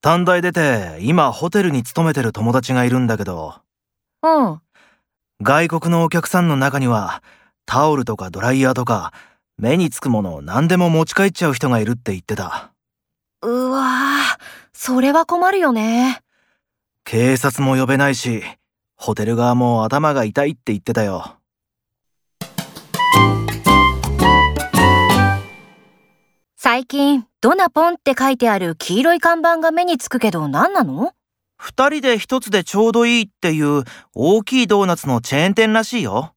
短大出て今ホテルに勤めてる友達がいるんだけど、うん。外国のお客さんの中にはタオルとかドライヤーとか目につくものを何でも持ち帰っちゃう人がいるって言ってた。うわぁ、それは困るよね。警察も呼べないし、ホテル側も頭が痛いって言ってたよ。最近、ドナポンって書いてある黄色い看板が目につくけど何なの二人で一つでちょうどいいっていう大きいドーナツのチェーン店らしいよ。